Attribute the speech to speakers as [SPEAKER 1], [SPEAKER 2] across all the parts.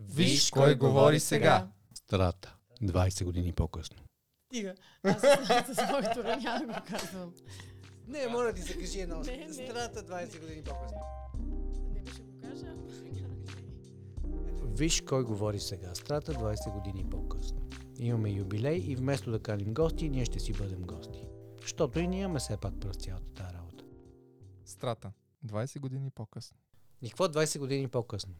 [SPEAKER 1] Виж кой говори сега.
[SPEAKER 2] Страта. 20 години по-късно.
[SPEAKER 3] Стига. Аз с, с доктора няма да го казвам.
[SPEAKER 1] Не, моля ти се кажи едно.
[SPEAKER 3] Не, не.
[SPEAKER 1] Страта 20 години по-късно.
[SPEAKER 3] Не ще го кажа.
[SPEAKER 4] Виж кой говори сега. Страта 20 години по-късно. Имаме юбилей и вместо да каним гости, ние ще си бъдем гости. Щото и ние имаме все пак през цялата тази работа.
[SPEAKER 5] Страта. 20 години по-късно.
[SPEAKER 4] И какво 20 години по-късно?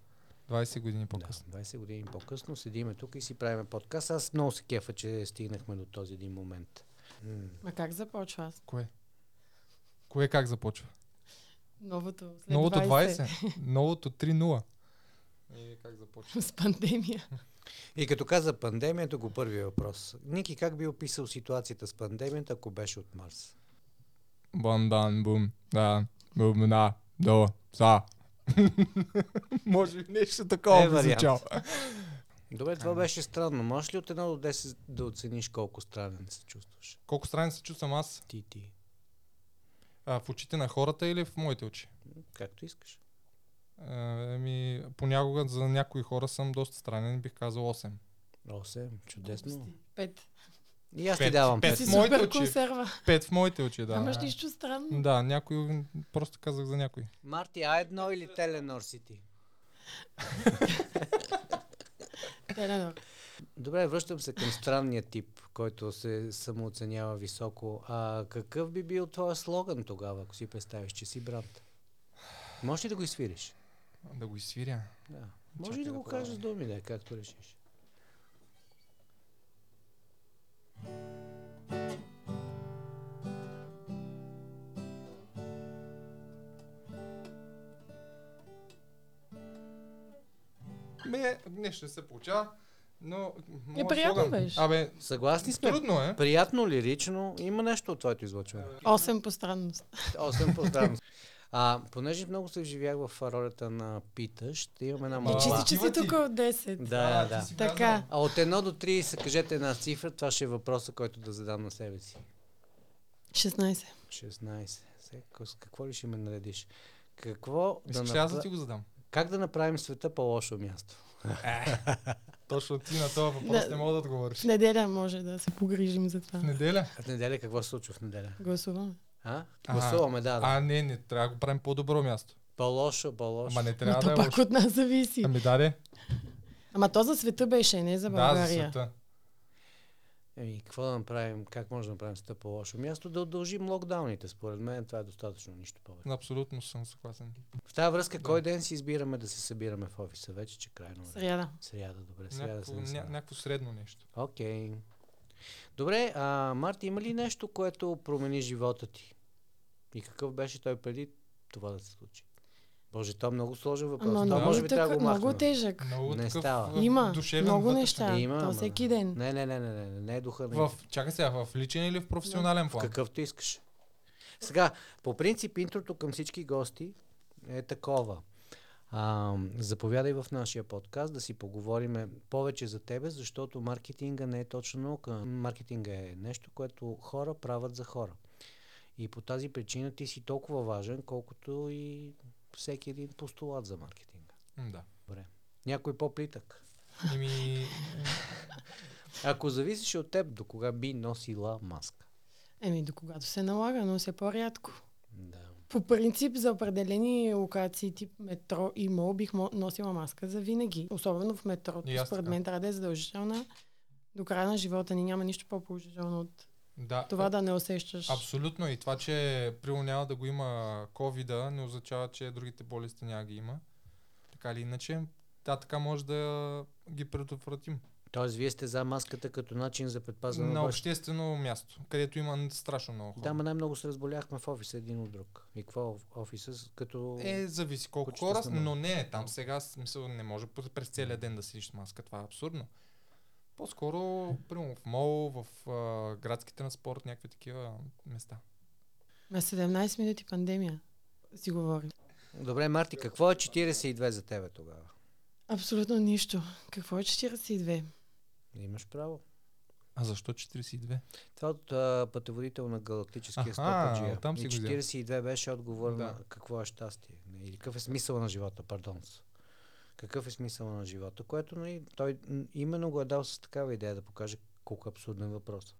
[SPEAKER 5] 20 години
[SPEAKER 4] Да,
[SPEAKER 5] по-късно.
[SPEAKER 4] 20 години по-късно седиме тук и си правиме подкаст. Аз много се кефа, че стигнахме до този един момент. М,
[SPEAKER 3] Ма как започва аз?
[SPEAKER 5] Кое? Кое как започва?
[SPEAKER 3] Новото. След
[SPEAKER 5] Новото 20. Новото 3-0. И Е, как започва?
[SPEAKER 3] С пандемия.
[SPEAKER 4] И като каза пандемията, го първи въпрос. Ники, как би описал ситуацията с пандемията, ако беше от Марс?
[SPEAKER 5] Бандан, бум, да, бум, да, до, са. Може би нещо такова
[SPEAKER 4] Е,
[SPEAKER 5] е,
[SPEAKER 4] вариант.
[SPEAKER 5] звучало.
[SPEAKER 4] Добре, това беше странно. Можеш ли от 1 до 10 да оцениш колко странен се чувстваш?
[SPEAKER 5] Колко странен се чувствам аз?
[SPEAKER 4] Ти, ти.
[SPEAKER 5] А, в очите на хората или в моите очи?
[SPEAKER 4] Както искаш.
[SPEAKER 5] А, Ами, понякога за някои хора съм доста странен, бих казал 8.
[SPEAKER 4] 8, чудесно.
[SPEAKER 3] Пет.
[SPEAKER 4] И аз ти
[SPEAKER 5] Пет,
[SPEAKER 4] давам пет.
[SPEAKER 5] пет.
[SPEAKER 3] Си
[SPEAKER 5] моите
[SPEAKER 3] супер
[SPEAKER 5] очи.
[SPEAKER 3] консерва.
[SPEAKER 5] 5 в моите очи, да.
[SPEAKER 3] Нямаш нищо странно.
[SPEAKER 5] Да, някой, просто казах за някой.
[SPEAKER 4] Марти А1 или Теленор си ти?
[SPEAKER 3] Теленор.
[SPEAKER 4] Добре, връщам се към странния тип, който се самооценява високо. А какъв би бил твоя слоган тогава, ако си представиш, че си бранд? Можеш ли да го изфириш?
[SPEAKER 5] Да го изсвиря.
[SPEAKER 4] Да. Може
[SPEAKER 5] Чакай
[SPEAKER 4] ли да
[SPEAKER 5] да
[SPEAKER 4] го
[SPEAKER 5] пробвам.
[SPEAKER 4] кажеш с думи, да, както решиш.
[SPEAKER 5] Ме, Ами, е, нещо не се получава, но... моят
[SPEAKER 3] приятно
[SPEAKER 5] слоган-
[SPEAKER 3] беше.
[SPEAKER 5] Абе,
[SPEAKER 4] Съгласни сме.
[SPEAKER 5] трудно е.
[SPEAKER 4] Приятно лирично. Има нещо от твоето излъчване.
[SPEAKER 3] Осем по странност.
[SPEAKER 4] Освен поздравно. А, понеже много се вживях в ролята на питащ, имам една
[SPEAKER 3] Не,
[SPEAKER 4] малка...
[SPEAKER 3] че
[SPEAKER 5] Ала.
[SPEAKER 3] си, че си
[SPEAKER 5] Отива ти.
[SPEAKER 3] тук от 10.
[SPEAKER 4] Да,
[SPEAKER 5] ти
[SPEAKER 4] да.
[SPEAKER 5] си
[SPEAKER 3] Така.
[SPEAKER 5] казала.
[SPEAKER 4] А от 1 до 30 кажете една цифра, това ще е въпроса, който да задам на себе си.
[SPEAKER 3] 16.
[SPEAKER 4] 16. Сега, с какво ли ще ме наредиш? Какво да
[SPEAKER 5] Искаш ли аз да
[SPEAKER 4] направ...
[SPEAKER 5] ти го задам?
[SPEAKER 4] Как да направим света по-лошо място?
[SPEAKER 5] Точно ти на този въпрос
[SPEAKER 3] Да.
[SPEAKER 5] не мога да
[SPEAKER 3] В
[SPEAKER 5] отговориш.
[SPEAKER 3] неделя може да се погрижим за това.
[SPEAKER 5] В неделя?
[SPEAKER 4] А в неделя какво се случва в неделя?
[SPEAKER 3] Гласуваме.
[SPEAKER 4] А?
[SPEAKER 5] Аха.
[SPEAKER 4] Гласуваме, да, да.
[SPEAKER 5] А, не, не, трябва да го правим по-добро място.
[SPEAKER 4] По-лошо, по-лошо.
[SPEAKER 5] Ама не
[SPEAKER 3] Но
[SPEAKER 5] трябва да
[SPEAKER 3] то
[SPEAKER 5] е
[SPEAKER 3] пак
[SPEAKER 5] лошо.
[SPEAKER 3] от нас зависи.
[SPEAKER 5] Ами да, де.
[SPEAKER 3] Ама то за света беше, не за
[SPEAKER 5] Да, за
[SPEAKER 3] България.
[SPEAKER 5] света.
[SPEAKER 4] Еми, Е, какво да направим? Как може да направим света по-лошо място? Да удължим локдауните, според мен. Това е достатъчно, нищо повече.
[SPEAKER 5] Абсолютно съм съгласен.
[SPEAKER 4] В тази връзка,
[SPEAKER 5] Да.
[SPEAKER 4] кой ден си избираме да се събираме в офиса? Вече, че крайно. време.
[SPEAKER 3] Сряда.
[SPEAKER 4] Сряда, добре. Сряда
[SPEAKER 5] Някакво,
[SPEAKER 4] се
[SPEAKER 5] ня,
[SPEAKER 4] насяда.
[SPEAKER 5] някакво средно нещо.
[SPEAKER 4] Окей. Добре, а Марти, има ли нещо, което промени живота ти? И какъв беше той преди това да се случи? Боже, това е много сложен въпрос.
[SPEAKER 3] Ама
[SPEAKER 4] това
[SPEAKER 3] много,
[SPEAKER 4] може би трябва да
[SPEAKER 3] тък-
[SPEAKER 4] го
[SPEAKER 3] много
[SPEAKER 4] махнем.
[SPEAKER 3] тежък.
[SPEAKER 5] Много
[SPEAKER 4] Не
[SPEAKER 5] такъв
[SPEAKER 4] става.
[SPEAKER 5] а,
[SPEAKER 3] Има
[SPEAKER 5] душевен
[SPEAKER 3] много
[SPEAKER 5] вътрешен.
[SPEAKER 3] неща.
[SPEAKER 4] Има,
[SPEAKER 3] то
[SPEAKER 4] ама-
[SPEAKER 3] всеки ден.
[SPEAKER 4] Не, не, не, не, не, не, не е духа на...
[SPEAKER 5] В, чакай сега, в личен или в професионален план?
[SPEAKER 4] Какъвто искаш. Сега, по принцип, интрото към всички гости е такова. А, заповядай в нашия подкаст да си поговорим повече за тебе, защото маркетинга не е точно наука. Маркетинга е нещо, което хора правят за хора. И по тази причина ти си толкова важен, колкото и всеки един постулат за маркетинга.
[SPEAKER 5] М, Да.
[SPEAKER 4] Някой по-плитък.
[SPEAKER 5] Еми,
[SPEAKER 4] Ако зависеше от теб, до кога би носила маска?
[SPEAKER 3] Еми, до когато се налага, но все по-рядко.
[SPEAKER 4] Да.
[SPEAKER 3] По принцип, за определени локации, тип метро и мол, бих мо- носила маска за винаги. Особено в метрото.
[SPEAKER 5] И аз
[SPEAKER 3] Според
[SPEAKER 5] така.
[SPEAKER 3] мен трябва да е задължителна. До края на живота ни няма нищо по-положително от
[SPEAKER 5] да.
[SPEAKER 3] това да не усещаш.
[SPEAKER 5] Абсолютно. И това, че примерно няма да го има covid не означава, че другите болести няма ги има. Така или иначе, да, така може да ги предотвратим.
[SPEAKER 4] Тоест, вие сте за маската като начин за предпазване
[SPEAKER 5] на
[SPEAKER 4] на бъдещето.
[SPEAKER 5] обществено място, където има страшно много хора.
[SPEAKER 4] Да, ма най-много се разболяхме в офиса един от друг. И какво в офиса с- като...
[SPEAKER 5] Е, зависи колко
[SPEAKER 4] Почти
[SPEAKER 5] хора,
[SPEAKER 4] с намаление.
[SPEAKER 5] но не е там сега, смисъл, не може пр- през целия ден да седиш с маска, това е абсурдно. По-скоро, примерно в мол, в а, градски транспорт, някакви такива места.
[SPEAKER 3] На 17 минути пандемия си говорим.
[SPEAKER 4] Добре, Марти, какво е 42 за тебе тогава?
[SPEAKER 3] Абсолютно нищо. Какво е 42?
[SPEAKER 4] Имаш право.
[SPEAKER 5] А защо 42?
[SPEAKER 4] Това от а, пътеводител на галактическия
[SPEAKER 5] Аха,
[SPEAKER 4] стопаджия.
[SPEAKER 5] оттам си
[SPEAKER 4] И
[SPEAKER 5] го взел.
[SPEAKER 4] 42 беше отговор
[SPEAKER 5] Да.
[SPEAKER 4] нали? на какво е щастие. Не, Или какъв е смисъл на живота, пардон. Какъв е смисъл на живота? Което нали, той м, именно го е дал с такава идея да покаже колко е абсурден въпрос.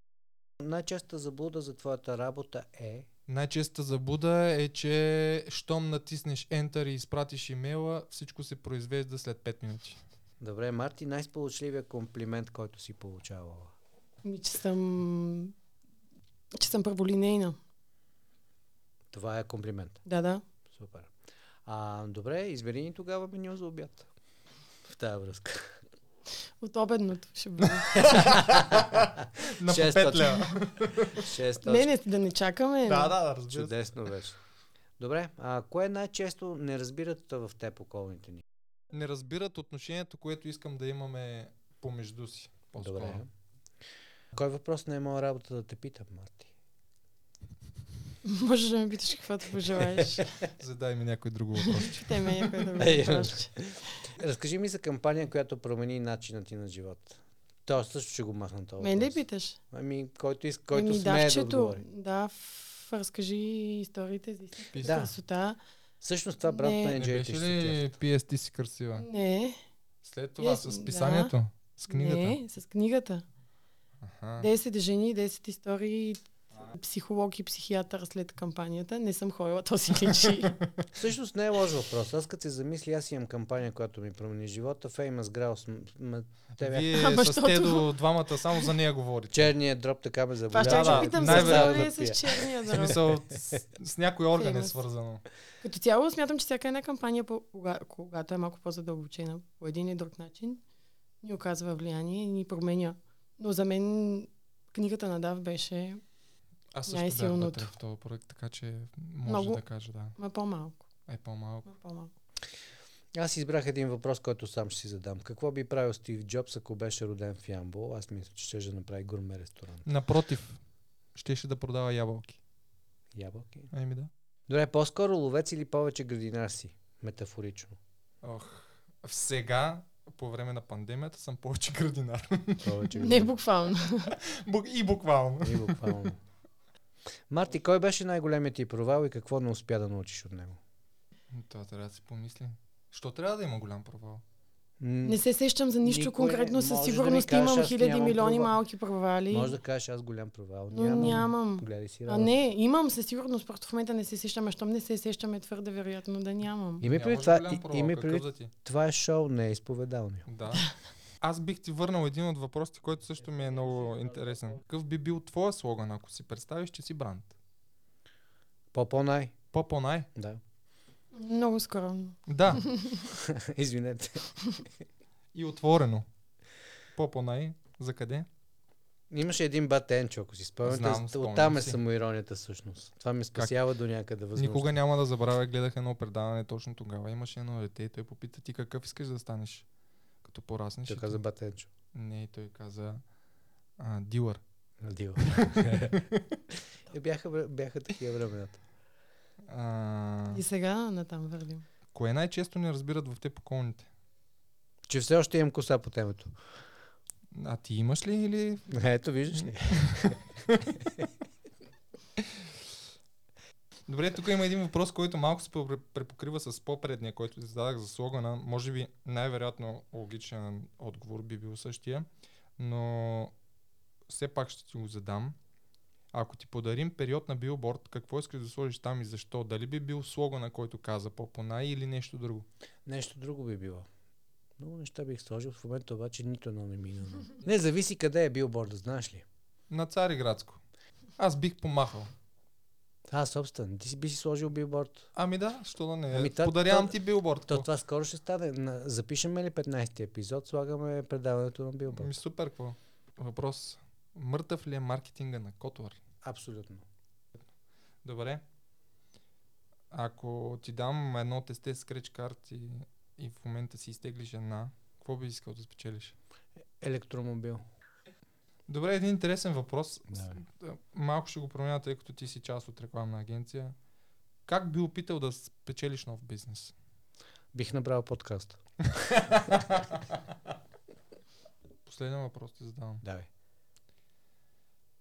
[SPEAKER 4] Най-честа заблуда за твоята работа е
[SPEAKER 5] Най-честа заблуда е, че щом натиснеш Enter и изпратиш имейла, всичко се произвежда след 5 минути.
[SPEAKER 4] Добре, Марти, най-сполучливия комплимент, който си получавала.
[SPEAKER 3] Ми, че съм... Че съм първолинейна.
[SPEAKER 4] Това е комплимент.
[SPEAKER 3] Да, да.
[SPEAKER 4] Супер. А, добре, избери ни тогава меню за обяд. В тази връзка.
[SPEAKER 3] От обедното ще бъде.
[SPEAKER 5] На по
[SPEAKER 4] Шест
[SPEAKER 5] 5
[SPEAKER 4] точки.
[SPEAKER 5] лева.
[SPEAKER 4] 6
[SPEAKER 3] не, не, да не чакаме.
[SPEAKER 5] Да, да, да, разбира се.
[SPEAKER 4] Чудесно беше. Добре, а кое най-често не разбират в теб околните ни?
[SPEAKER 5] Не разбират отношението, което искам да имаме помежду си. по-скоро.
[SPEAKER 4] Добре. Кой въпрос не е моя работа да те питам, Марти?
[SPEAKER 3] Можеш да ме питаш каквото пожелаеш.
[SPEAKER 5] Задай ми някой друг въпрос.
[SPEAKER 3] Питай ме някой да
[SPEAKER 4] Ей,
[SPEAKER 3] ме питаш.
[SPEAKER 4] Разкажи ми за кампания, която промени начина ти на живот. То също ще го махна този
[SPEAKER 3] Мен ли
[SPEAKER 4] въпрос.
[SPEAKER 3] питаш?
[SPEAKER 4] Ами, който, иска, който
[SPEAKER 3] Ами,
[SPEAKER 4] смее да
[SPEAKER 3] давчето.
[SPEAKER 4] отговори.
[SPEAKER 3] Да, в... разкажи историите за истинската
[SPEAKER 5] Пис-
[SPEAKER 4] Да.
[SPEAKER 3] красота.
[SPEAKER 4] Всъщност това брат
[SPEAKER 3] Не.
[SPEAKER 4] на
[SPEAKER 5] Не
[SPEAKER 4] Енджей
[SPEAKER 5] беше ли PS ти си красива?
[SPEAKER 3] Не,
[SPEAKER 5] След това
[SPEAKER 3] Е,
[SPEAKER 5] с
[SPEAKER 3] да.
[SPEAKER 5] писанието? С книгата?
[SPEAKER 3] не, с книгата.
[SPEAKER 5] Аха.
[SPEAKER 3] 10 жени, 10 истории, психолог и психиатър след кампанията. Не съм ходила, то си личи.
[SPEAKER 4] Всъщност не е лош въпрос. Аз като се замисля, аз имам кампания, която ми промени живота. Famous Grouse. м- м- Те бяха.
[SPEAKER 5] Вие
[SPEAKER 3] Ама
[SPEAKER 5] с
[SPEAKER 3] защото-
[SPEAKER 5] Тедо двамата само за нея говорите.
[SPEAKER 4] Черният дроп така ме
[SPEAKER 3] Това
[SPEAKER 4] заболява.
[SPEAKER 3] ще
[SPEAKER 5] да,
[SPEAKER 3] да, питам,
[SPEAKER 5] най-вероятно
[SPEAKER 3] защо
[SPEAKER 4] да
[SPEAKER 3] ли е с
[SPEAKER 4] пия.
[SPEAKER 3] черния
[SPEAKER 5] В
[SPEAKER 3] дроб.
[SPEAKER 5] смисъл с, с някой орган е
[SPEAKER 3] Famous.
[SPEAKER 5] свързано.
[SPEAKER 3] Като цяло смятам, че всяка една кампания, по- кога- когато е малко по-задълбочена, по един или друг начин, ни оказва влияние и ни променя. Но за мен книгата на Дав беше
[SPEAKER 5] Аз също бях
[SPEAKER 3] Най-силното.
[SPEAKER 5] вътре в този проект, така че може
[SPEAKER 3] Много.
[SPEAKER 5] да кажа, да.
[SPEAKER 3] ма по-малко.
[SPEAKER 5] Е по-малко.
[SPEAKER 3] Ма по-малко.
[SPEAKER 4] Аз избрах един въпрос, който сам ще си задам. Какво би правил Стив Джобс, ако беше роден в Ямбол? Аз мисля, че ще да направи гурме ресторант.
[SPEAKER 5] Напротив, щеше да продава ябълки.
[SPEAKER 4] Ябълки.
[SPEAKER 5] Еми да.
[SPEAKER 4] Добре, по-скоро ловец или повече градинар си? Метафорично.
[SPEAKER 5] Ох, сега, по време на пандемията, съм повече градинар.
[SPEAKER 4] Повече
[SPEAKER 3] Не
[SPEAKER 4] градинар.
[SPEAKER 3] буквално.
[SPEAKER 5] Бук- И буквално.
[SPEAKER 4] И буквално. Марти, кой беше най-големият ти провал и какво не успя да научиш от него?
[SPEAKER 5] Това трябва да си помисли. Що трябва да има голям провал?
[SPEAKER 4] М,
[SPEAKER 3] Не се сещам за нищо
[SPEAKER 4] Никой
[SPEAKER 3] конкретно.
[SPEAKER 4] не-
[SPEAKER 3] Със
[SPEAKER 4] може да ми
[SPEAKER 3] сигурност
[SPEAKER 4] кажеш,
[SPEAKER 3] имам
[SPEAKER 4] аз
[SPEAKER 3] хиляди
[SPEAKER 4] нямам
[SPEAKER 3] милиони
[SPEAKER 4] провал.
[SPEAKER 3] малки провали,
[SPEAKER 4] Може да кажеш, аз голям провал.
[SPEAKER 3] но нямам.
[SPEAKER 4] Гледай си
[SPEAKER 3] А
[SPEAKER 4] работа.
[SPEAKER 3] не, имам със сигурност, просто в момента не се сещам, а щом не се сещаме твърде вероятно да нямам.
[SPEAKER 4] Имай
[SPEAKER 5] Нямаш
[SPEAKER 4] преди това,
[SPEAKER 5] голям
[SPEAKER 4] и-
[SPEAKER 5] провал,
[SPEAKER 4] имай
[SPEAKER 5] какъв
[SPEAKER 4] предвид,
[SPEAKER 5] да ти?
[SPEAKER 4] това е шоу, не е изповедалния.
[SPEAKER 5] Да. Аз бих ти върнал един от въпросите, който също ми е много интересен. Какъв би бил твоя слоган, ако си представиш, че си бранд?
[SPEAKER 4] По-по-най.
[SPEAKER 5] По-по-най?
[SPEAKER 4] Да.
[SPEAKER 3] Много скромно.
[SPEAKER 5] Да.
[SPEAKER 4] Извинете.
[SPEAKER 5] И отворено. По-по-най? За къде?
[SPEAKER 4] Имаше един батенчо, ако си
[SPEAKER 5] Знам,
[SPEAKER 4] спомняте.
[SPEAKER 5] спомням
[SPEAKER 4] Оттам е
[SPEAKER 5] си.
[SPEAKER 4] самоиронията всъщност. Това ме спасява до някъде възможно.
[SPEAKER 5] Никога няма да забравя, гледах едно предаване точно тогава. Имаше едно дете и той попита ти какъв искаш да станеш, като пораснеш.
[SPEAKER 4] Той
[SPEAKER 5] И
[SPEAKER 4] каза
[SPEAKER 5] той-
[SPEAKER 4] батенчо.
[SPEAKER 5] Не, и той каза а, дилър.
[SPEAKER 4] Дива. Е, бяха, вре- бяха такива времената.
[SPEAKER 5] А,
[SPEAKER 3] И сега натам вървим.
[SPEAKER 5] кое най-често не разбират в те поколните?
[SPEAKER 4] Че все още имам коса по темето.
[SPEAKER 5] А ти имаш ли или...
[SPEAKER 4] Ето, виждаш ли?
[SPEAKER 5] Добре, тук има един въпрос, който малко се пре- препокрива с по-предния, който ти зададах за слогана. Може би най-вероятно логичен отговор би бил същия, но все пак ще ти го задам. Ако ти подарим период на билборд, какво искаш да сложиш там и защо? Дали би бил слогана, който каза по-понай или нещо друго?
[SPEAKER 4] Нещо друго би било. Много неща бих сложил, в момента обаче нито едно не мина. Не зависи къде е билборда, знаеш ли?
[SPEAKER 5] На Цариградско. Аз бих помахал.
[SPEAKER 4] А, е собствен, ти си би си сложил билборд.
[SPEAKER 5] Ами да, що да не.
[SPEAKER 4] Ами
[SPEAKER 5] Ами,
[SPEAKER 4] та-
[SPEAKER 5] Подарявам
[SPEAKER 4] та-
[SPEAKER 5] ти билборд.
[SPEAKER 4] То
[SPEAKER 5] какво?
[SPEAKER 4] това скоро ще стане. На- Запишеме ли 15-ти епизод, слагаме предаването на билборд.
[SPEAKER 5] Ми супер, какво? Въпрос. Мъртъв ли е маркетинга на Котвар?
[SPEAKER 4] Абсолютно.
[SPEAKER 5] Добре. Ако ти дам едно тесте с креч карт и, и в момента си изтеглиш една, какво би искал да спечелиш?
[SPEAKER 4] Електромобил.
[SPEAKER 5] Добре, един интересен въпрос.
[SPEAKER 4] Давай.
[SPEAKER 5] С- Малко ще го променя, тъй като ти си част от рекламна агенция. Как би опитал да спечелиш нов бизнес?
[SPEAKER 4] Бих направил подкаст.
[SPEAKER 5] Последен въпрос ти задавам.
[SPEAKER 4] Давай.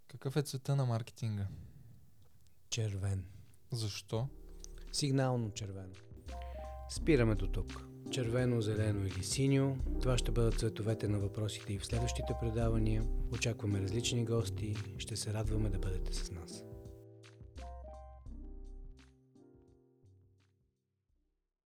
[SPEAKER 5] Какъв е цвета на маркетинга?
[SPEAKER 4] Червен.
[SPEAKER 5] Защо?
[SPEAKER 4] Сигнално червено. Спираме до тук. Червено, зелено или синьо. Това ще бъдат цветовете на въпросите и в следващите предавания. Очакваме различни гости. Ще се радваме да бъдете с нас.